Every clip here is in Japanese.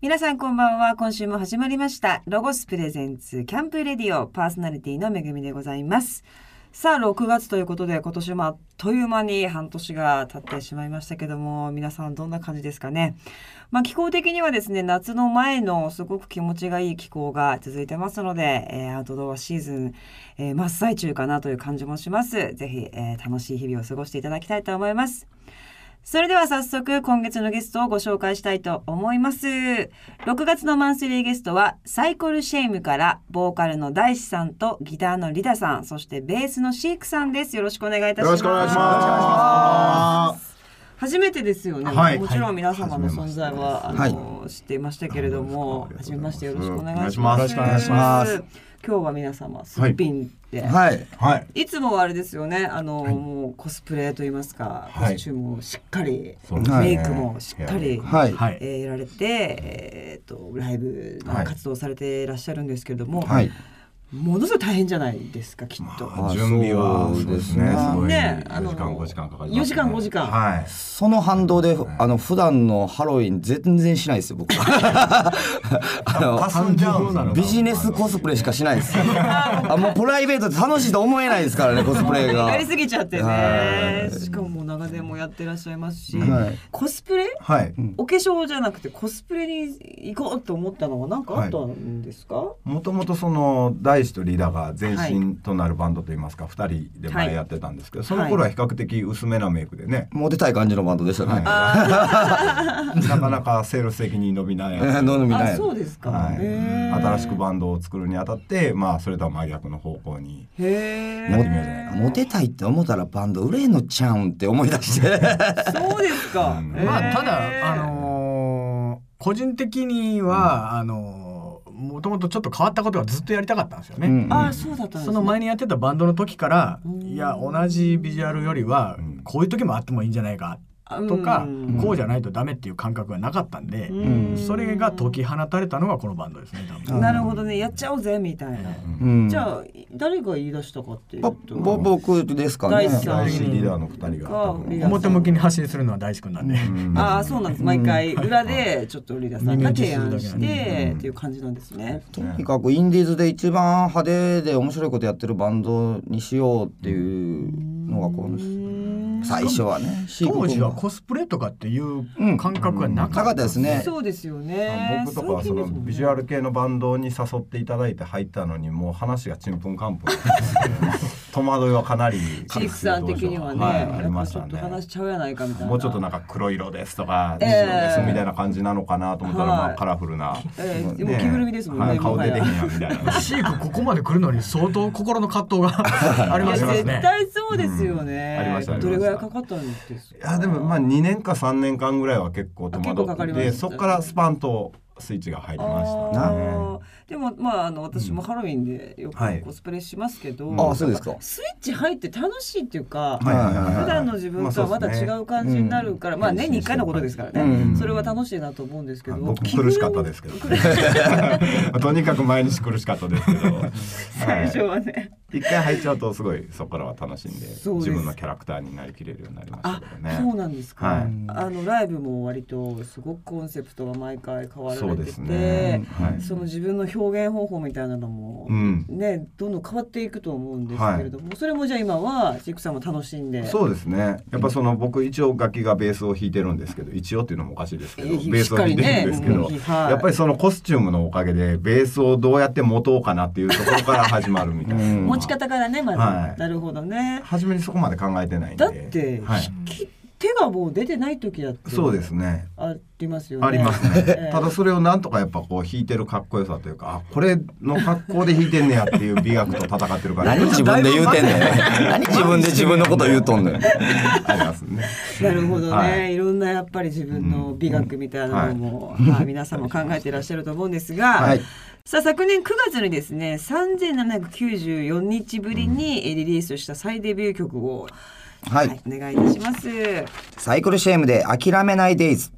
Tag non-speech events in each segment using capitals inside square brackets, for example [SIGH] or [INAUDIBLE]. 皆さんこんばんは。今週も始まりました。ロゴスプレゼンツキャンプレディオパーソナリティのめぐみでございます。さあ、6月ということで、今年もあっという間に半年が経ってしまいましたけども、皆さんどんな感じですかね。まあ、気候的にはですね、夏の前のすごく気持ちがいい気候が続いてますので、えーアウトドアシーズン、えー真っ最中かなという感じもします。ぜひ、えー楽しい日々を過ごしていただきたいと思います。それでは早速今月のゲストをご紹介したいと思います。6月のマンスリーゲストはサイコルシェイムからボーカルの大志さんとギターのリダさん、そしてベースのシークさんです。よろしくお願いいたします。よろしくお願いします。初めてですよね。はいもちろん皆様の存在は、はいあの知っていましたけれども、はい初めましてよろしくお願いします。よろしくお願いします。今日は皆様すっぴんで、はい。はい。い、つもはあれですよね。あの、もうコスプレと言いますか、はいコスチュームをしっかり、そうですねメイクもしっかり。はい。はえい。ーやられて、えー、とライブの活動をされていらっしゃるんですけれども、はい。ものすごい大変じゃないですかきっと。まあ準備はそうですねすごいねあの4時間5時間かかります、4ね。時間5時間はい。その反動で、あの普段のハロウィン全然しないですよ、僕。 [LAUGHS] あパスンジャウンなののビジネスコスプレしかしない [LAUGHS] です。あ、もうプライベートで楽しいと思えないですからね、コスプレ [LAUGHS] がや。りすぎちゃってねはしかももう長年もやってらっしゃいますし、はいコスプレはい。お化粧じゃなくてコスプレに行こうと思ったのは何かあったんですか、もともとその大志とリーダーが前身となるバンドといいますか、二人で前やってたんですけど、その頃は比較的薄めなメイクでね、モテたい感じのバンドでしたね。はい、なかなかセールス的に伸びない。 [LAUGHS] 飲んでみなあい。そうですか、はい、へー新しくバンドを作るにあたって、まあ、それとは真逆の方向にへえやってみようじゃないかモテたいって思ったらバンド売れんのちゃうんって思い出して。そうですか、うんへーまあただあのー個人的には、あのーもともとちょっと変わったことがずっとやりたかったんですよね。うんあそうだったんです、ね、その前にやってたバンドの時から、うんいや同じビジュアルよりは、うんこういう時もあってもいいんじゃないかとか、うんこうじゃないとダメっていう感覚がなかったんで、うんそれが解き放たれたのがこのバンドですね多分。なるほどねやっちゃおうぜみたいな、うんじゃあ誰が言い出したかっていうぼとぼ僕ですか大ね。志さん大志リーダーの二人が多分うん表向きに発信するのは大志くんなんで、うんああそうなんです毎回裏でちょっとリーダーさんが提案しイメージするだけてうんっていう感じなんですね。とにかくインディーズで一番派手で面白いことやってるバンドにしようっていうのがこう最初はね当時はシーク君がコスプレとかっていう感覚がななかかっったたでですすねそうですよね。僕とかはそのビジュアル系のバンドに誘っていただいて入ったのにもう話がちんぷんかんぷん戸惑いはかなりチークさん的にはね、いなんかありましちょたっとね話しちゃうやないかみたいな。もうちょっとなんか黒色ですとかえ白えですみたいな感じなのかなと思ったら、はいまあカラフルな、えーでもね着ぐるみですもんね。はいも顔は出やてへんやみたいなシークここまで来るのに相当心の葛藤が [LAUGHS] ありいまやした絶ね。対そうですよね。うんありましたありましたどれぐらいかかったんですいか。やでもまあ2年か3年間ぐらいは結構戸あ結構か惑かっりてまてしたそこからスパンとスイッチが入りましたあねーでもまああの私もハロウィンでよはいくコスプレしますけど、あそうですかスイッチ入って楽しいっていうか、はいはいはいはい普段の自分とはまた違う感じになるから、ままああそうですね年に1回のことですからね、うんそれは楽しいなと思うんですけど、僕苦しかったですけど、ね、 [LAUGHS] とにかく毎日苦しかったですけど最初はね、一回入っちゃうとすごいそこからは楽しんでそうです自分のキャラクターになりきれるようになりましたあけどそうね。なんですか、はいあのライブも割とすごくコンセプトが毎回変わらそれうてでてすそ,、ね。はい。の自分の表現方法みたいなのも、うん。ねどんどん変わっていくと思うんですけれども、それもじゃあ今はシークさんも楽しんでそうですね。やっぱその僕一応楽器がベースを弾いてるんですけど、一応っていうのもおかしいですけど、ベースを弾いてるんですけど、やっぱりりそのコスチュームのおかげでベースをどうやって持とうかなっていうところから始まるみたいな。うん持ち方からねまず、はいなるほどね初めにそこまで考えてないんで。だって、はい。引き手がもう出てない時だってそうですね。ありますよね。ありますね、 [LAUGHS] ええただそれをなんとかやっぱこう弾いてるかっこよさというかあこれの格好で弾いてんねやっていう美学と戦ってるから何自分で言うてんね [LAUGHS] ん何自分で自分のこと言うとんねんありますねなるほどね、はいい、ろんなやっぱり自分の美学みたいなのも、まあ、皆さんも考えていらっしゃると思うんですが、はいさあ昨年9月にですね3794日ぶりにリリースした再デビュー曲を、ははいい、お願いいたします。サイクルシェームで諦めないデイズ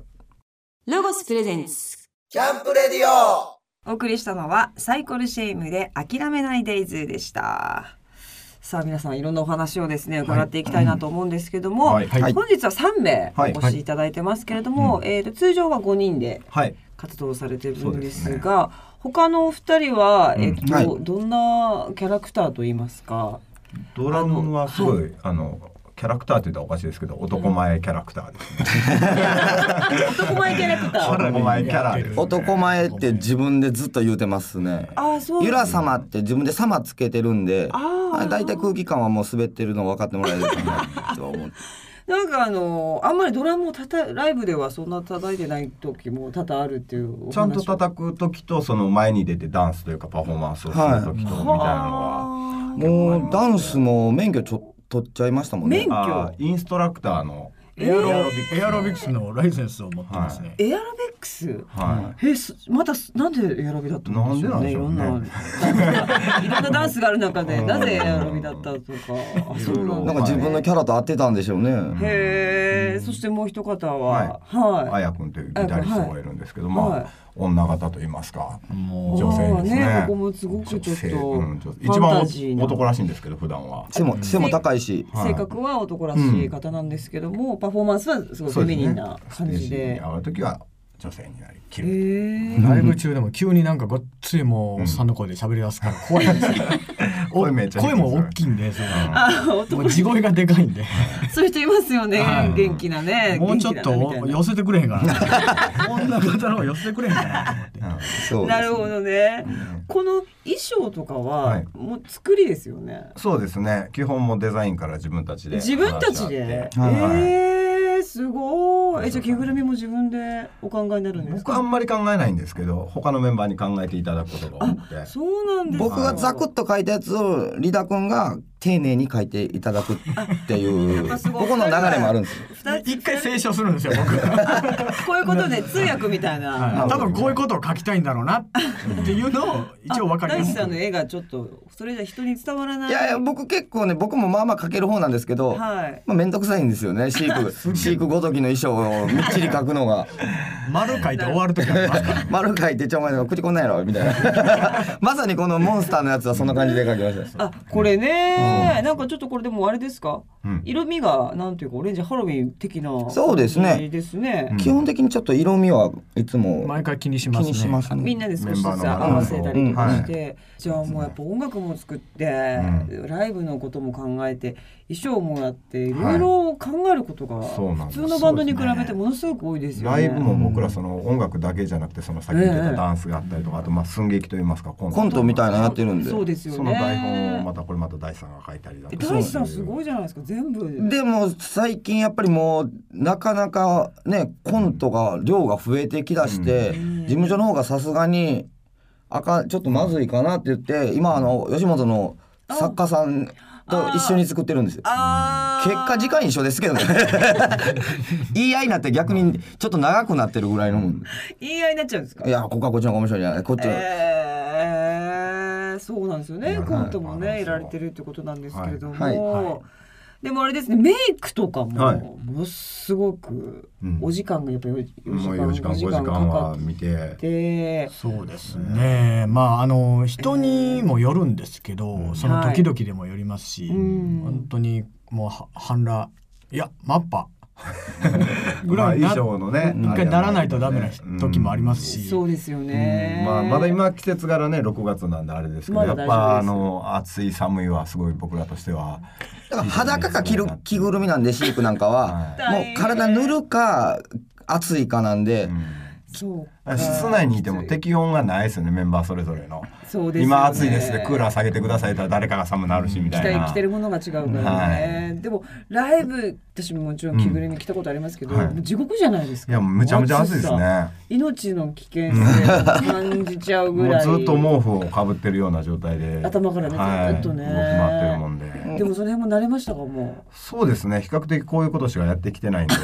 ロゴスプレゼンスキャンプレディオお送りしたのはサイコルシェイムで諦めないデイズでした。さあ皆さんいろんなお話をですね伺っていきたいなと思うんですけども、はいはい本日は3名はいお越しいただいてますけれども、えーと通常は5人ではい活動をされてるんでそうすですが、他のお二人は、うんえっとはいどんなキャラクターと言いますかドラムはすごいあのキャラクターって言ったらおかしいですけど男前キャラクター [LAUGHS] ですね。男前キャラクターあら男前キャラですね男前って自分でずっと言うてますね。ああそうゆら様って自分で様つけてるんで、あーあ大体空気感はもう滑ってるの分かってもらえるかなと [LAUGHS] は思う。なんかあのあんまりドラムをたたライブではそんな叩いてない時も多々あるっていうお話をちゃんと叩く時とその前に出てダンスというかパフォーマンスをする時とみたいなのは、はあもうダンスも免許ちょ取っちゃいましたもんね。免ああーインストラクターの、エアロエアロビクスのライセンスを持ってますね。エアロビックスはえすまたすなんでエアロビだったんでしょうねいろなんんでななダんンスでがいろんなダンスがある中でうんなぜエアロビだったとかあいそろいろうなんなだんか自分のキャラと合ってたんでしょうね。へえそしてもう一方はあはいあやくんというギタリストがいるんですけど、まあ、はい女方と言いますか、も女性ですねあーねここもすごくちょっと女性うん女性ファ一ンタ番ジーな男らしいんですけど普段は背も背も高いし。はい性格は男らしい方なんですけどもパフォーマンスはすごいフェミニンな感じステージにで上がる時は女性になりきへる、え [LAUGHS] ライブ中でも急になんかごっついもうおっさんの声で喋り出すから怖いんですよ。お声めっちゃ低い [LAUGHS] 声も大きいんで、そあのも男う [LAUGHS] 地声がでかいんで、そういう人いますよねはい元気なねもうちょっ元気だなみたいとな寄せてくれへんかな。 [LAUGHS] こんな方の方寄せてくれへんかなと思って。そうですなるほどねんこの衣装とかははいもう作りですよねそうですね基本もデザインから自分たちで自分たち話し合っでて、はいえー、すごいえじゃあ着ぐるみも自分でお考えになるんです僕あかんまり考えないんですけど他のメンバーに考えていただくことが多くてそうなんですか僕がザクッと書いたやつをリダ君が丁寧に書いていただくっていうあすごいここの流れもあるんですよ。二 [LAUGHS] つ一回清書するんですよ、 [LAUGHS] 僕。こういうことで通訳みたいな、はい多分こういうことを書きたいんだろうなっていうのを一応分かりあま大地すさんの絵がちょっとそれじゃ人に伝わらないいやいや僕結構ね僕もまあまあ書ける方なんですけど、はいまあ、めんどくさいんですよね飼育飼育ごときの衣装をみっちり書く [LAUGHS] のが丸書いて終わる時あり [LAUGHS] ますから丸書いてちょお前なんか口こんなんやろみたいな [LAUGHS] まさにこのモンスターのやつはそんな感じで書きましたあこれね、なんかちょっとこれでもあれですか、うん色味がなんていうかオレンジハロウィン的なそうですね感じですねうん基本的にちょっと色味はいつも毎回気にし気ますねにしますみんねなで少しずつメ合ンバーの方わせたりとかしうて、じゃあもうやっぱ音楽も作って、んライブのことも考えて衣装もやっていろいろ考えることがそうなん普です通のバンドに比べてものすごく多いですよラね。イブも僕らその音楽だけじゃなくてそのさっき言ってたダンスがあったりとかあとまあ寸劇といいますかコンコントみたいなのやってるんでそうですよね。その台本をまたこれまた大地さんが書いたりだとか大地さんすごいいじゃないですか全部。でも最近やっぱりもうなかなかねコントが量が増えてきだして、ん事務所の方がさすがにあかんちょっとまずいかなって言って今あの吉本の作家さんと一緒に作ってるんですよ。あ結果時間一緒ですけ [LAUGHS] どね言い合いになって逆にちょっと長くなってるぐらいのもん言い合いになっちゃうんですかい。やここはこっちの方が面白いじゃないこっちの、えーそうなんですよいねやコントもはいねやられてるってことなんですけれども、はいはでもあれですねメイクとかもはいものすごくうんお時間がやっぱり4時もう間4時間5 5時時間間かかはっ見ててそうですねまああの人にもよるんですけど、その時々でもよりますし、ん本当にもうは半裸いやマッパぐまあらいにな衣装のね一回ならないとダメなうん時もありますし、そうですよね、まあ、まだ今季節柄ね6月なんであれですけど、まだ大丈やっ夫ぱあですの暑い寒いはすごい僕らとしてはだから裸か着る着ぐるみなんで飼育なんかは、もう体塗るか暑いかなんで、そうか室内にいても適温がないですよねメンバーそれぞれの、そうですよね今暑いですねクーラー下げてくださいとは誰かが寒なるしみ着たたいいな。着てるものが違うからね、でもライブ私ももちろん着ぐるみ着たことありますけど、うんはいもう地獄じゃないですかいやもうむちゃむちゃ暑いです暑さね。命の危険性を感じちゃうぐもうらいずっと毛布をかぶってるような状態で頭からねずっとねはい、動き回ってるもんででもその辺も慣れましたかもそうですね比較的こういうことしかやってきてないんで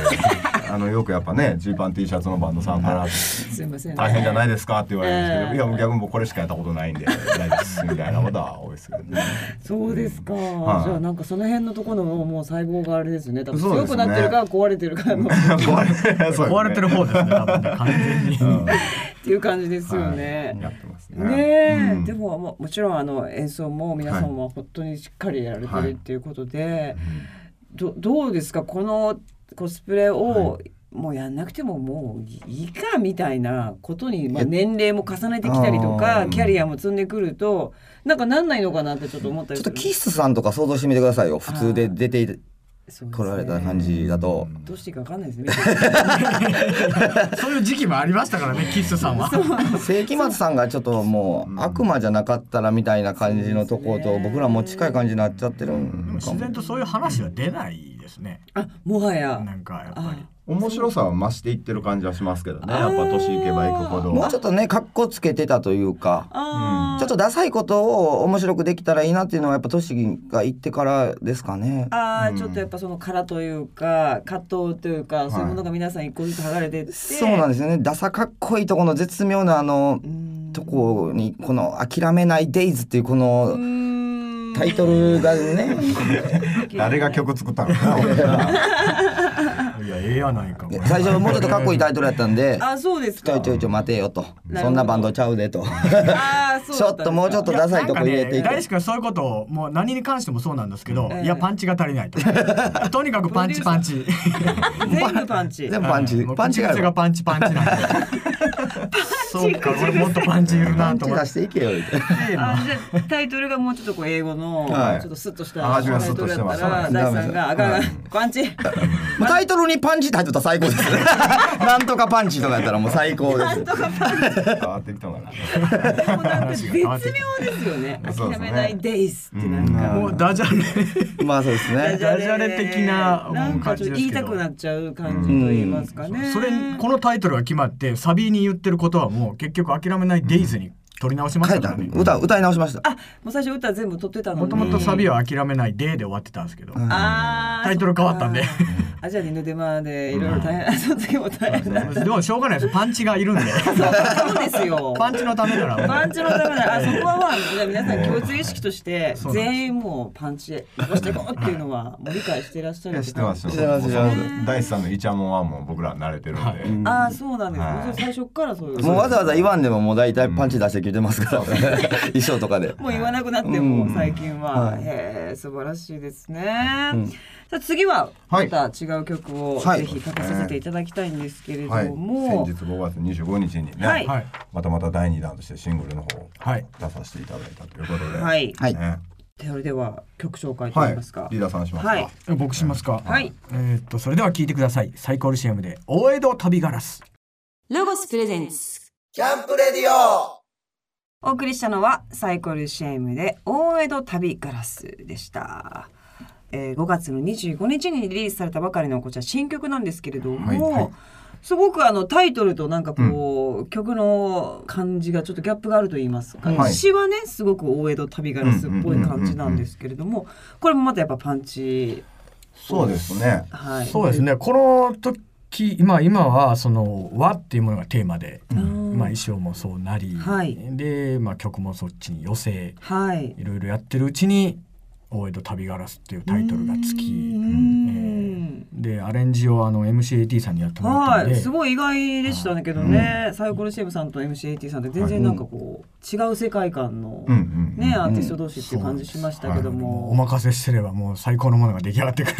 あのよくやっぱねジーパン T シャツのバンドさんからうすいません、ね、大変じゃないですかって言われるんですけど、ええいやもう逆にもうこれしかやったことないんで大丈夫ですみたいなことは多いですけどね。そうですか、いじゃあなんかその辺のところのもう細胞があれですね多分そう強ですくねなってるか壊れてるか [LAUGHS] のっ壊れそうですね [LAUGHS] 壊れてる方ですね多分ね完全に、ていう感じですよね、はいやってますね。ねえ、うんでもももちろんあの演奏も皆さんも本当にしっかりやられてるっていうことで、どどうですかこのコスプレを、もうやんなくてももういいかみたいなことに、まあ、年齢も重ねてきたりとあかーキャリアも積んでくるとなんかなんないのかなってちょっと思ったりちょっすとるキスさんとか想像してみてくださいよ普通で出てそうですこねられた感じだとどうしていいかわかんないですね。見てそういう時期もありましたからねキッスさんは。世紀末さんがちょっともう悪魔じゃなかったらみたいな感じのとこと僕らも近い感じになっちゃってるでもんか自も然とそういう話は出ないですね。 [LAUGHS] あもはやなんかやっぱり。面白さは増していってる感じはしますけどねやっぱ年いけばいくほどもうちょっとね格好つけてたというかあーちょっとダサいことを面白くできたらいいなっていうのはやっぱ都市が行ってからですかね。あーちょっとやっぱその殻というか葛藤というかそういうものが皆さん一個ずつ剥がれてって、そうなでんですよね。ダサかっこいいとこの絶妙なあのとこにこの諦めないデイズっていうこのタイトルがね、誰が曲作ったのかな俺ないやええやないか。これ最初もうちょっとかっこいいタイトルやったん [LAUGHS] で、あそうですちょかいちょいちょい待てよと、どそんなバンドちゃうでと、あーそうちょっともうちょっとダサいとこ入れていやなんかね、大く。志君はそういうことをもう何に関してもそうなんですけど、ええいやパンチが足りな [LAUGHS] いととにかくパンチパンチと全部パンチ全部パンチも、うパンチがあ口癖がる。パンチパンチなんで [LAUGHS] そうかこれもっとパンチいるパなンとチ思出ってしていけよ。言うてあじゃあタイトルがもうちょっとこう英語の、はいちょっとスッとしあたタイ味がストッとルしだてまっすたら大地さんが「あかんあかんパンチ」もうタイトルにパンチって入ってたら最高です。なんとかパンチとかやったらもう最高です。変わってきたのかなでもなんか [LAUGHS] 絶妙ですよね「そうで諦すねめないデイズ」ってなんか。もうダジャレまあそうですダねジ。ャレダジャレ的ななんかちょっと言いたくなっちゃう感じと言いますかね。それこのタイトルが決まってサビに言ってることはもう結局諦めないデイズに取り直しまし書いたかたらね、歌歌い直しました。もう最初歌全部取ってたのに。もともとサビは諦めないデーで終わってたんですけど、あータイトル変わったんでそかあじゃあ二の手間でいろいろ大変、その時も大変だ。でもしょうがないですパンチがいる [LAUGHS] んでそうですよ。パンチのためならパンチのためならあそこはまあじゃあ皆さん共通意識としてそうなんです全員もうパンチで伸ばしていこうっていうのはもう理解していらっしゃいる。や知ってますす知ってます知ってますもう大地さんのイチャモンはもう僕ら慣れてるんで、ああそうなんです、ねはいそれ最初っからそういう。もうわざわざ言わんでももう大体パンチ出してきてますから、衣装とかで。もう言わなくなってもうん最近は、はいへえ素晴らしいですね。うんさあ次ははまいた違う曲をはいぜひかけさせていただきたいんですけれどはい、も、先日5月25日にね、はいはいまたまた第2弾としてシングルの方をはい出させていただいたということで、はい、はいねそれでは曲紹介とはいいいますか。リーダーさんしますか、はい僕しますかはいえーっとそれでは聞いてくださいサイコロシアムで大江戸旅ガラスロゴスプレゼンツキャンプレディオお送りしたのはサイコルシェームで大江戸旅ガラスでした。えー、5月の25日にリリースされたばかりのこちら新曲なんですけれども、はいはいすごくあのタイトルとなんかこう、曲の感じがちょっとギャップがあると言いますか、はい詩はねすごく大江戸旅ガラスっぽい感じなんですけれどもこれもまたやっぱパンチ、そうですねはい、そうですねこの時今今はその和っていうものがテーマで、んまあ衣装もそうなり、はいで、まあ、曲もそっちに寄せはい。いろいろやってるうちに「大江戸旅ガラス」っていうタイトルがつうきんでアレンジをあの MCAT さんにやってもらったはんでい、すごい意外でしたけどね、サイコロシェームさんと MCAT さんって全然なんかこう、違う世界観の、うんうんうんね、アーティスト同士っていう感じしましたけどもうおも。任せしてればもう最高のものが出来上がっ [LAUGHS] てく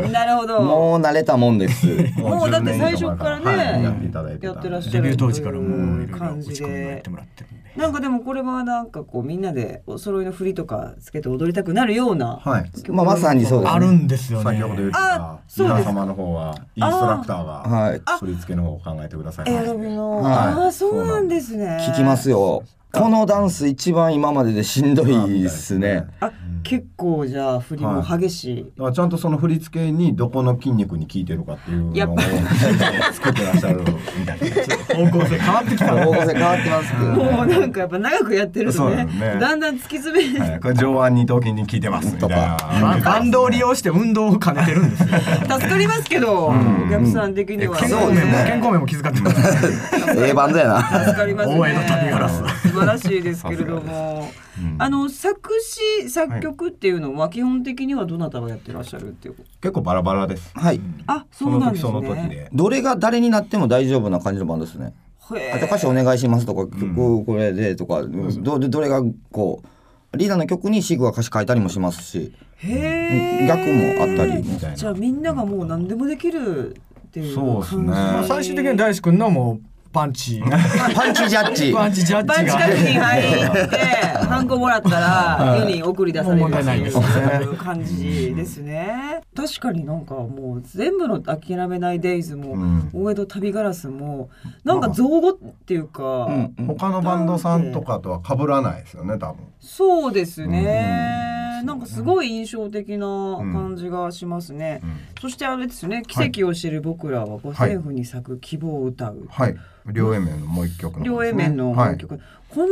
るなるほど。 [LAUGHS] もう慣れたもんです。もうだって10年以上前最初からねはいやっていただいてたんでやってらっしゃるデビュー当時からもういろいろ感打じちで込みをやってもらってるんで。なんかでもこれはなんかこうみんなでお揃いの振りとかつけて踊りたくなるような。はいまあまさにそうですあるんですよね。先ほど言ってあたそうです皆様の方はインストラクターがはい。振り付けの方を考えてくださいまエしてアロビの。はいああ、そうなんですね。聞きますよ。このダンス一番今まででしんどいですね。あ、結構じゃあ振りも激しい。だからちゃんとその振り付けにどこの筋肉に効いてるかっていうやのっをぱ作ってらっしゃるみたいな。方向性変わってきた方向性変わってますけどもうね。なんかやっぱ長くやってるとねそうだよねだんだん突き詰め、はい、これ上腕二頭筋に効いてますみたいな。バンバンドを利用して運動を兼ねてるんですよ。助かりますけど、お客さん的には、健康そう面ですも、ね健康面も気遣ってます。ええバンドやな。助かりますね大江戸旅ガラス素晴らしいですけれども、あの作詞作曲っていうのは基本的にはどなたがやってらっしゃるっていうこと結構バラバラです。はい。あそそうのなん時ですその時ねで。どれが誰になっても大丈夫な感じのバンドですね。へあじゃあ歌詞お願いしますとか曲これでとか、どどれがこうリーダーの曲にシグが歌詞書いたりもしますし。へーうん楽もあったりみたいなじゃあみんながもう何でもできるっていうそうです感ねまあじ最終的に大志くんのもうパンチパンチジャッジパンチジャッジがバンチ確認入って、ハンコもらったら、世に送り出されるってもう問題ないですいねう感じですね。確かになんかもう全部の諦めないデイズうも、ん大江戸旅ガラスも、なんか造語っていうか、うんうん他のバンドさんとかとは被らないですよね多分そうですうんねう。んなんかすごい印象的な感じがしますね。うんそしてあれですよね、奇跡を知る僕らは五線譜に咲く希望を歌う。はい両 A 面のもう一曲の両 A 面のはい曲、この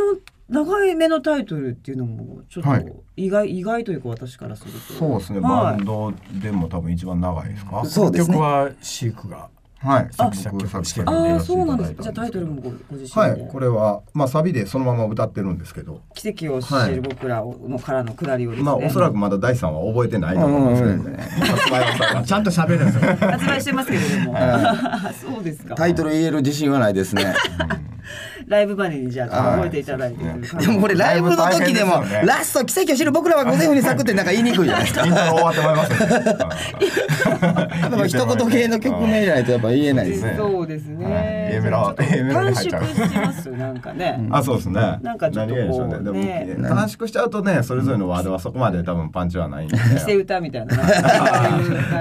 長い目のタイトルっていうのもちょっはいと意外、意外というか私からするとそうですね、はいバンドでも多分一番長いですか。そうですね曲はシークがはい、あ作曲作詞ああやあらせてそういなたんですだいたじゃあタイトルもごご自身で、はい、これはまあサビでそのまま歌ってるんですけど、奇跡を知る僕らのからの下りをですね、まあおそらくまだ第三は覚えてないと思うんですけどね。発売は [LAUGHS] さちゃんと喋るんですよ発売してますけれども [LAUGHS] そうですかタイトル言える自信はないです [LAUGHS] ねライブバネにじゃあ覚えていただいて、はいそうですでもこれライブの時でもだいぶ大変ですよねラスト奇跡を知る僕らは午前風に咲くってなんか言いにくいじゃないですかイントロ終わってまいり [LAUGHS] ますね。やっぱ一 [LAUGHS] 言系の曲名じゃないとやっぱ言えないですねねそうですね、はい A メロちょっと A メロ短に入っちゃう縮してますよなんかね、あ、そうですね。なんかちょっとこう何がいいでしょうね。でもねね短縮しちゃうとね、それぞれのワードはそこまで多分パンチはないん [LAUGHS] で。して歌みた [LAUGHS] いななんか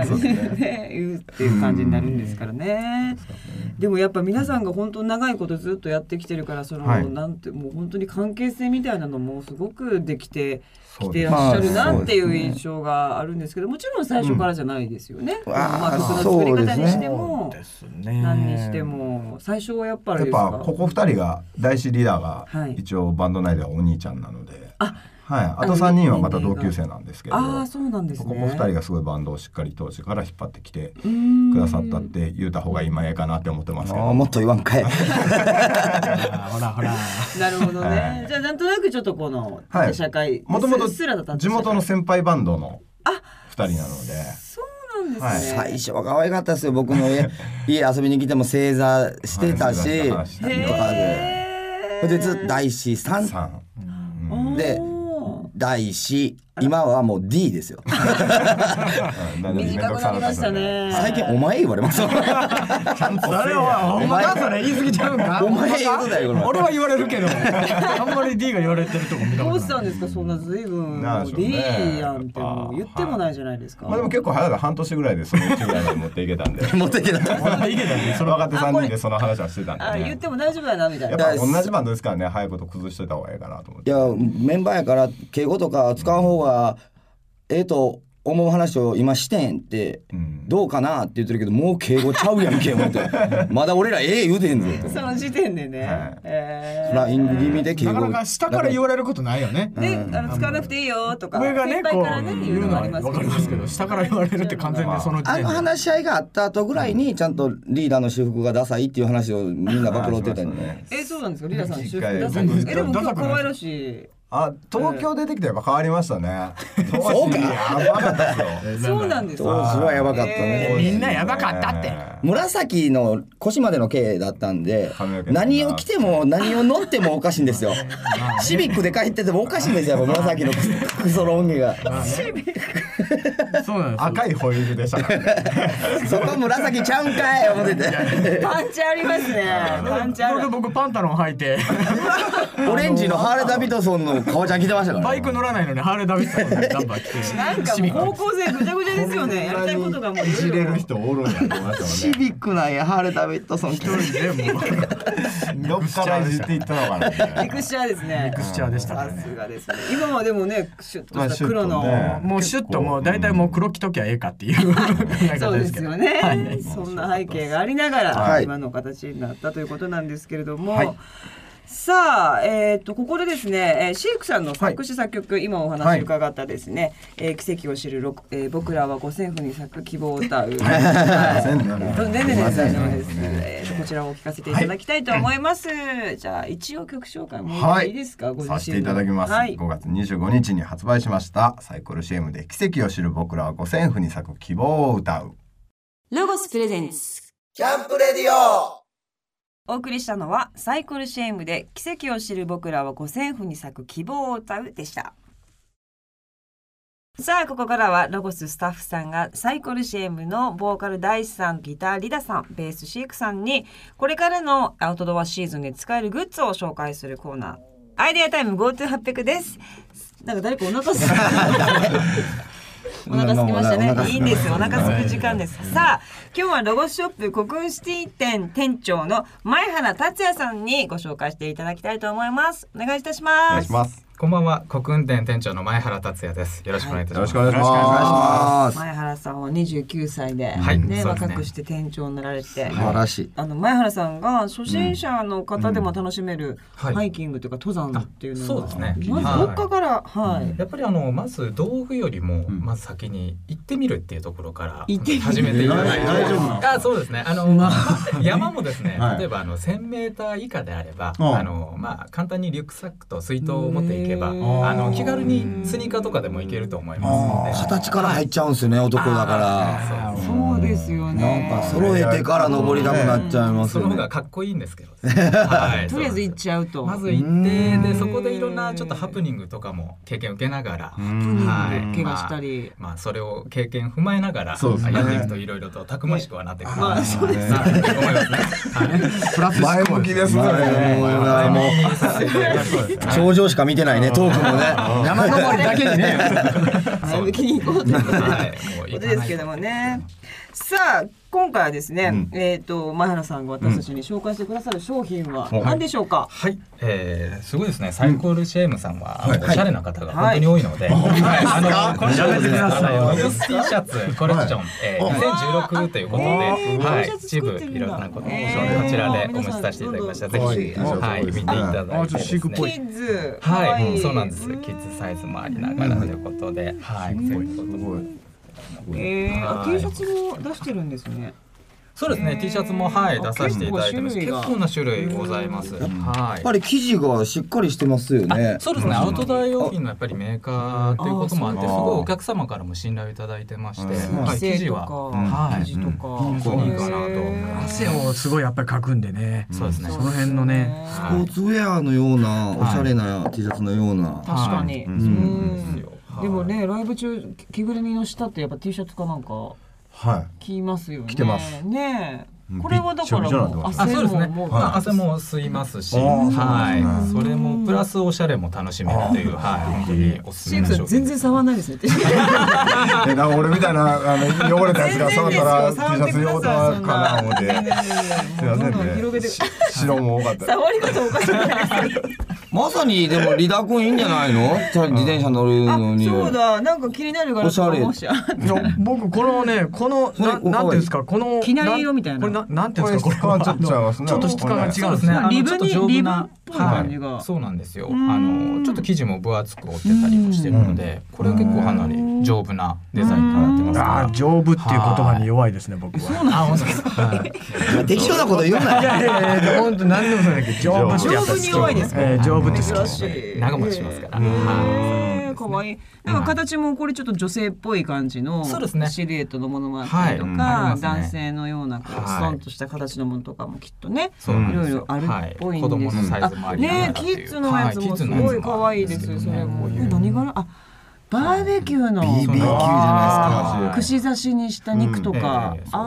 そういう感じでね言うっていう感じになるんですからね。でもやっぱ皆さんが本当長いことずっとやってきてるからその、はいなんてもう本当に関係性みたいなのもすごくできてそきうてでらす。っしゃるなっていう印象があるんですけどもちろん最初からじゃないですよね。うんまああ、ー曲の作り方にしてそもう、ですね何にしても最初はやっぱあやれでっすかぱここ二人が大師リーダーはがい一応バンド内ではお兄ちゃんなので、あはい、あと三人はまた同級生なんですけど、ああそうなんですこね。こも2人がすごいバンドをしっかり当時から引っ張ってきてうんくださったって言うた方が今ええかなって思ってますけあーどもっと言わんかいあーほらほらなるほどね。はいじゃあなんとなくちょっとこの、はい社会もともとうっすらだった地元のそ先輩バンドのあ2人なのでうなんですね。最初は可愛かったですよ僕の家家遊びに来ても正座してたし、はい正座してへたとかでえそれでずっと大師さん3、うんうんで大師今はもう D ですよなんで面短倒くさなかりまったでしすたよねね。最近お前言われますそれはほんまかそれ言い過ぎちゃうんかお前言うことだよこれ俺は言われるけどあんまり D が言われてるとこ見たどこうとしたなんいですかそんな随分なんでしょう D ねやんってもう言ってもないじゃないですか。まあでも結構早田半年ぐらいでその1ぐらいまで持っていけた [LAUGHS] んで持ってきたほんでいいけどねその若手3人でその話はしてたんあで、言っね、ても大丈夫だなみたいやっな。ぱ同じバンドですからね早いこと崩しといた方がええかなと思っいてやメンバーやから敬語とか使う方がええと思う話を今してんってうんどうかなって言ってるけどもう敬語ちゃうやんけ思ってまだ俺らええ言うてへんぞその時点でね。はいえー LINE 気味で敬語なかなか下から言われることないよねで、あの使わなくていいよとか上がね先輩こからねう言言ううののもはありますわけどかりますけど下から言われるって完全にその時あ点ので話し合いがあった後ぐらいにちゃんとリーダーの私服がダサいっていう話をみんな暴露ってたんでねえそうなんですかリラさん一修回復ダサいんですかえでも今ダサ日くない可愛らしいあ東京出てきてやっぱ変わりましたねそうか当時やばかったですよそうなんです当か時はやばかったえねみんなやばかったって紫の腰までの毛だったんで髪の毛何を着ても何を乗ってもおかしいん [LAUGHS] ですよシビックで帰っててもおかしいんですよやっぱ紫のクソロン毛 [LAUGHS] がそうなんですよ赤いホイールでしたからねそこ紫ちゃうんかい思っててパンチありますねパンチあそれるで僕パンタロン履いてオレンジのハーレー・ダビドソンの革ちゃん着てましたからバイク乗らないのにハーレーダビッドソンのダンバー着てなんかもう方向性ぐちゃぐちゃですよね。やりたいことがもういじれる人。人おるんやと思いましたシもんねビックなんやハーレー・ダビッドソン着て一人でもうどっからいじっていったのかなみたいなミクシャーですね。クスチャーでしたかさらねすがですね。今はでもね、シュッとまあしシたュッと黒の。ねもうシュッともう大体もう黒着ときゃええかっていう [LAUGHS] 考えそ方うでですけすどよね、はいそんな背景がありながら、はい今の形になったということなんですけれども、はいさあ、えー、とここでですね、えーシークさんの作詞作曲、今お話伺ったですね「えー奇跡を知る、ろくえー僕らは五線譜に咲く希望を歌う」はい全然ね全然です大丈夫です、えーこちらをお聞かせていただきたいと思います、じゃあ一応曲紹介もはいいいですか、ご自身のさせていただきます、はい5月25日に発売しましたサイコロ CM で奇跡を知る僕らは五線譜に咲く希望を歌うロゴスプレゼンツキャンプレディオお送りしたのはサイコルシェームで奇跡を知る僕らは五線譜に咲く希望を歌うでしたさあここからはロゴススタッフさんがサイコルシエムのボーカル大志さんギターリダさんベースシークさんにこれからのアウトドアシーズンで使えるグッズを紹介するコーナーアイデアタイム GoTo800 ですなんか誰かお腹すい [LAUGHS] お腹空きましたお腹ね。空いいきましたんです。お腹空く時間です。さあ、今日はロゴスショップ国分シティ店店長の前原達也さんにご紹介していただきたいと思います。お願いいたします。お願いします。こんばんは、国運店店長の前原達也です。よろしくお願いいたしよまろす。しくお願いしま素前原さんは29歳で、はいねそうですね若くして店長になられて、晴らしい。あの前原さんが初心者の方でも楽しめるはいハイキングというか登山っていうのそうはですね。まずはいどっかから、はいやっぱりあのまず道具よりも、んまず先に行ってみるっていうところから行ってみる始めていただいて大丈夫なのあそうですねあの、山もですね、はい例えばあの 1000m 以下であれば、うんあのまあ、簡単にリュックサックと水筒を持っていけばへあーの気軽にスニーカーとかでも行けると思いますので。形から入っちゃうんですよね、男だかあーそうそうですよら。なねんか揃えてから登りたくなっちゃいますそよの方ねが。かっこいいんですけど、はいとりあえず行っちゃうとまず行ってうんでそこでいろんなちょっとハプニングとかも経験を受けながら、うんはい怪我したり、まあそれを経験踏まえながらそうですねやっていくといろいろとたくましくはなってくるまあそうですなと思いますね。プラス前向きですね。前 [LAUGHS] 向きは [LAUGHS] いさせていただきます頂上しか見てないね、トークもね。 [LAUGHS] 山登りだけ [LAUGHS] にね前向きに行こうということではいもうこと行かでなすいけどもね。さあ今回はですね、うんえっ、と前原さんが私たちに紹介してくださる商品はうん何でしょうか。はい、えー、すごいですね。サイコールシェームさんは、うんおしゃれな方が本当に多いので、はい、あのこの商品ですね、あのロゴス T シャツコレクション、えー、2016ということで、えーは T シャい、ツ一作っ部てるんだいろんなことを、えーこちらでお持ちさせていただきました。ぜ皆さんひ、どうぞはい、見ていただいてですキね。ッズ。可は愛い、そうなんです。キッズサイズもありながらということで、はい、そういうことでええー、あは T いシャツも出してるんですね。そうですへね、ー T シャツもはいあ出させていただいてます。結結構構な種類ございます。はやいっぱ。り生地がしっかりしてますよね。そうですね、アウトドア用品のやっぱりメーカーということもあってすごいお客様からも信頼をいただいてまして、うんはい、生生地とか、は、生地とか、本当にいいかなと思います汗をすごいやっぱりかくんでねそうですね、その辺のねスポはーいツウェアのような、おしゃれな T シャツのような。確かに。うんうんですよはいでもね、ライブ中着ぐるみの下ってやっぱ T シャツかなんかは着ますよね。着てますねえう。んこれはだからもうびっちあょ汗そうですもね、もうまあ汗も吸いますし、あーはそい、それもプラスおしゃれも楽しめるという、はい、本当におすすシェめイクの商さ品ん全然触らないですね。 [LAUGHS] い。え、な俺みたいなあの汚れたやつが触ったら T シャツ汚れたかな思って。すいませどんどんん広げね。てし白も多かった。触り方おかしくないですか。まさにでもリダ君いいんじゃないの？ちゃん自転車乗るあの、[LAUGHS] に。そうだ。なんか気になるから。おしゃれもしあいや僕このねこのなこれなんていうんですかこのきなり色みたいなこれななんていこうんでれ質すかこれは感ちょっと違いますね。ちょっと質感が違うそうですね。あのリブにちょっと丈夫リブっなぽい感じがはいそうなんですよ。うあんのちょっと生地も分厚く折ってたりもしてるので、これは結構かなり丈夫なデザインになってますあーね。丈夫っていう言葉に弱いですね僕は。あ、本当ですか。はい適当なこと言ういなやいよ。やいや本当何でもそうだけど丈夫ってやっ丈ぱ夫に弱いですかえー丈夫って好珍き。しい。長持ちしますから。へはいーかわいい。なんか形もこれちょっと女性っぽい感じのそうですねシルエットのものもあったりとか、はいありますね男性のようなこうはいストンとした形のものとかもきっとね、そうなんいでろすいよろあるっぽいんです。は子供のサイズもあありながらねってキいうッズのやつもすはごい可愛いです。それも。これ何柄？あ、バーベキューの BBQ じゃないあー串刺しにした肉とええかそうで。すねあ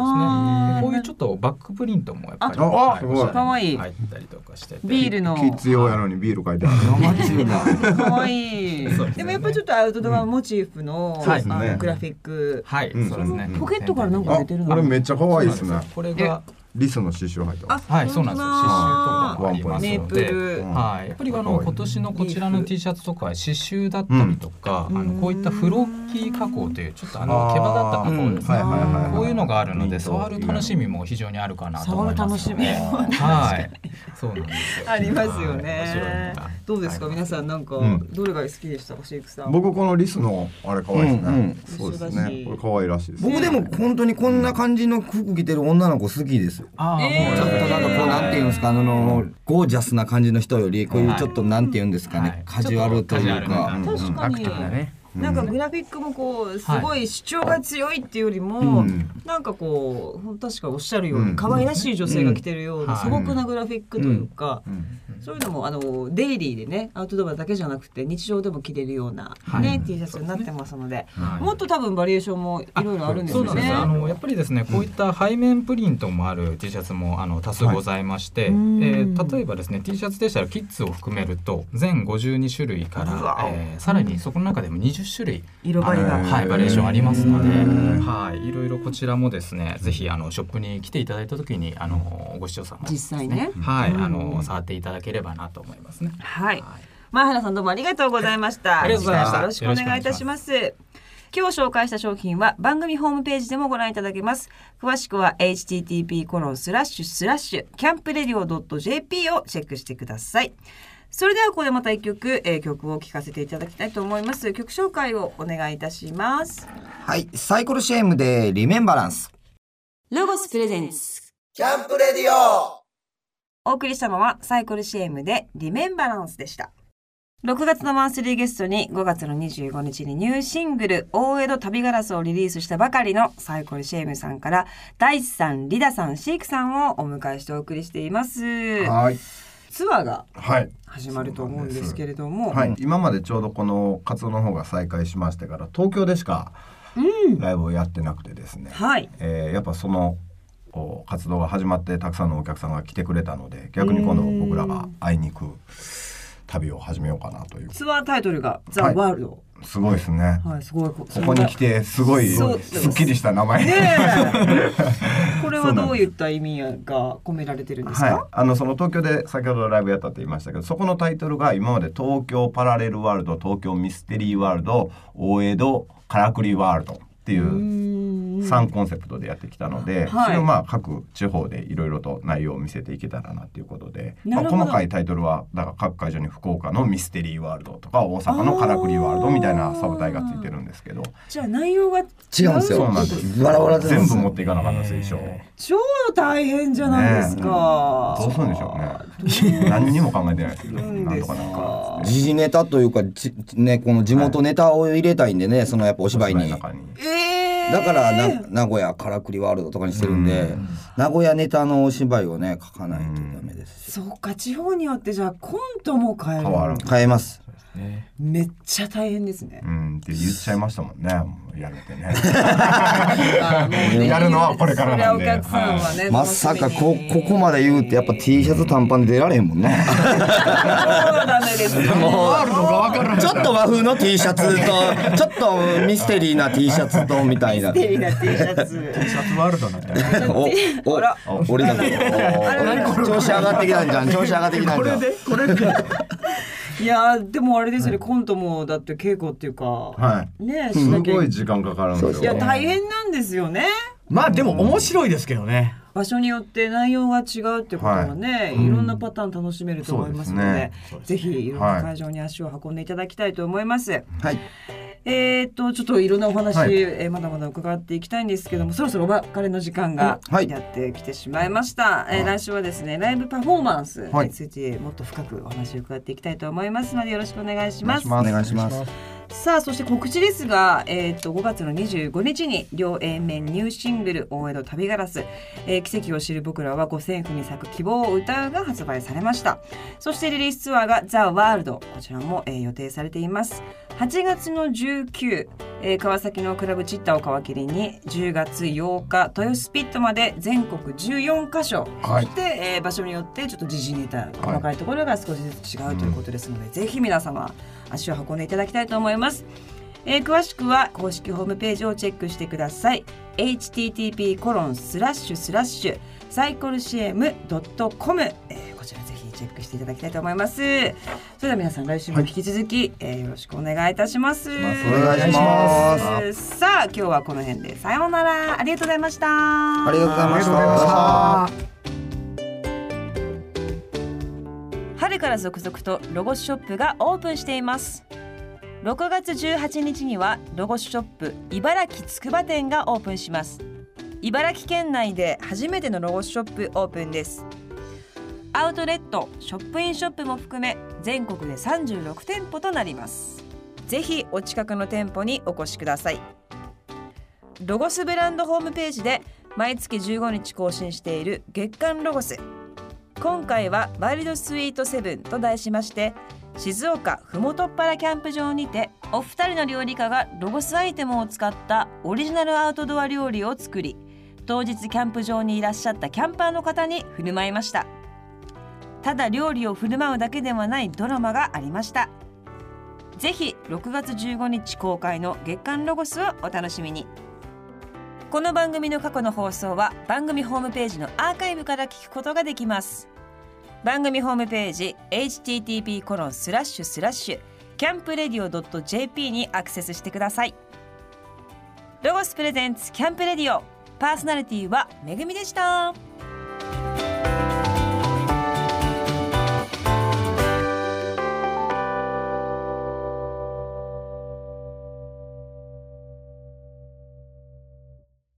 あ、こういうちょっとバックプリントもやっぱりあはいすごいおしゃれに可愛い入ったりとかしててビールの。必要やのにビール書いてある。ですか。生中だ。可愛いそうですねでもやっぱりちょっとアウトドアモチーフの、そうですねあのグラフィック。はい、うんそうですねポケットからなんかあ出てる、これの。めっちゃ可愛いですね。これがリスの刺繍入った。はい、そうなんですよ。刺繍とかもありますメーのプで、ル。うんはい、やっぱりあかのわいい今年のこちらの T シャツとかは刺繍だったりとか、あのこういったフロッキー加工というちょっとあの毛羽立った加工ですね。はいはいはいはい。こういうのがあるのうでん触る楽しみも非常にあるかなと思いますので、触はい、そうなんですよ。ありますよはい面白ねいのが。どうですか、皆さんなんか、うんどれが好きでしたか、シークさん。僕このリスのあれ可愛いですね。うんうんそうで一す緒だしね。これ可愛いらしいです。 [LAUGHS] 僕でも本当にこんな感じの服着てる女の子好きですよ。あーえちょっとなんかこうなんていうんですかあのゴージャスな感じの人よりこういうちょっとなんていうんですかはねいカジュアルというちょっとカジュアルか確な。かに。アクティブだね。なんかグラフィックもこうすごい主張が強いっていうよりも、うんなんかこう確かおっしゃるよううにん可愛らしい女性が着てるようなうん素朴なグラフィックというか、うんそういうのもあのデイリーでねアウトドアだけじゃなくて日常でも着れるような、ね T シャツになってますので、はいもっと多分バリエーションもいろいろあるんですそようなんですね。あのやっぱりですねこういった背面プリントもある T シャツもあの多数ございまして、えー例えばですね T シャツでしたらキッズを含めると全52種類から、えーさらにそこの中でも20種類色バリがあのはい、バリエーションありますので、うんはい、いろいろこちらもですねぜひあのショップに来ていただいた時にあのご視聴さんも実際ねはい、あの触っていただければなと思いますね。はい。前原さんどうもありがとうございました。ありがとうございましたよろしくお願いいたします。今日紹介した商品は番組ホームページでもご覧いただけます。詳しくは http コロンスラッシュスラッシュキャンプレディオ .jp をチェックしてください。それではここでまた一曲、えー曲を聴かせていただきたいと思います。曲紹介をお願いいたします。はい、サイコロシェームでリメンバランス。ロゴスプレゼンツお送りしたのはサイコル CM でリメンバランスでした。6月のマンスリーゲストに5月の25日にニューシングル大江戸旅ガラスをリリースしたばかりのサイコルシェームさんから大地さん、リダさん、シークさんをお迎えしてお送りしています。はいツアーがはい始まると思うんですけれども、はい、今までちょうどこの活動の方が再開しましてから東京でしかライブをやってなくてですね、はい。えーやっぱそのこう活動が始まってたくさんのお客さんが来てくれたので逆に今度僕らが会いに行く旅を始めようかなというツアータイトルがザ・はワいールド。すごいですね、はい、すごい。こここに来てすごいそうですすっきりした名前、ねえ [LAUGHS] これはそうなんどですういった意味が込められてるんですか、はい、あのその東京で先ほどライブやったって言いましたけどそこのタイトルが今まで「東京パラレルワールド」「東京ミステリーワールド」「大江戸からくりワールド」っていううーん3コンセプトでやってきたので、はいそれをまあ各地方でいろいろと内容を見せていけたらなっていうことで、なまるあ、ほど細かいタイトルはだから各会場に福岡のミステリーワールドとか大阪のからくりワールドみたいなサブタイがついてるんですけどじゃあ内容が違う違うんですそようなんですバラバラです全部持っていかなかったです衣装を。超大変じゃないですか。どうするんでしょうね。何にも考えてないですけど、どうするんなんでとすかかなんかっつって。時事ネタというか、じね、この地元ネタを入れたいんでね、そのやっぱお芝居のに。だ中に。ええからな、名古屋からくりワールドとかにしてるんで、名古屋ネタのお芝居をね、書かないとダメですし。そうか地方によってじゃあコントも変える変わる。変えます。めっちゃ大変ですねう。んって言っちゃいましたもんね。もうやめてね。ややるのはこれからなんでお客さんはね、まさかこ、ここまで言うって、やっぱ T シャツ短パンで出られへんもんね。はダメですね。ワールドがわからないちょっと和風の T シャツと、ちょっとミステリーな T シャツと、みたいな。テレビな T シャツ。 [LAUGHS] シャツワールドになってるお、お、俺だお調子上がってきたんじゃん。調子上がってきたんじゃん。これでいやーでもあれですよね、コントもだって稽古っていうか、はねい。しすなきゃごい時間かかるんですいやよ。大変なんですよね。まあでも面白いですけどね場所によって内容が違うってことはね、いろんなパターン楽しめると思いますので,、そうでぜひいろんな会場に足を運んでいただきたいと思います。はい。えー、っとちょっといろんなお話、はいえーまだまだ伺っていきたいんですけどもそろそろお別れの時間がはいやってきてしまいました、えー来週はですねライブパフォーマンスについてもっと深くお話を伺っていきたいと思いますのでよろしくお願いします。お願いします。さあそして告知ですが、えー、と5月の25日に両 A 面ニューシングル「大江戸旅ガラス」えー奇跡を知る僕らは五線譜に咲く希望を歌う」が発売されましたそしてリリースツアーが「ザ・ワールド」こちらも、えー予定されています8月の19、えー川崎のクラブチッタを皮切りに10月8日豊洲ピットまで全国14カ所、はいそして、えー場所によってちょっと時事ネタ細かいところが少しずつ違うということですので、ぜひ皆様足を運んでいただきたいと思います。えー詳しくは公式ホームページをチェックしてください。http コロンスラッシュスラッシュサイコルシエムドットコムこちらぜひチェックしていただきたいと思います。それでは皆さん来週も引き続き、えーよろしくお願いいたします。お。願いしますさあ今日はこの辺でさようならありがとうございました。ありがとうございました。春から続々とロゴスショップがオープンしています6月18日にはロゴスショップ茨城つくば店がオープンします茨城県内で初めてのロゴスショップオープンですアウトレットショップインショップも含め全国で36店舗となりますぜひお近くの店舗にお越しくださいロゴスブランドホームページで毎月15日更新している月刊ロゴス今回はワイルドスイートセブンと題しまして静岡ふもとっぱらキャンプ場にてお二人の料理家がロゴスアイテムを使ったオリジナルアウトドア料理を作り当日キャンプ場にいらっしゃったキャンパーの方に振る舞いましたただ料理を振る舞うだけではないドラマがありましたぜひ6月15日公開の月刊ロゴスをお楽しみにこの番組の過去の放送は番組ホームページのアーカイブから聞くことができます番組ホームページ http コロンスラッシュスラッシュキャンプレディオ .jp にアクセスしてくださいロゴスプレゼンツキャンプレディオパーソナリティはめぐみでした。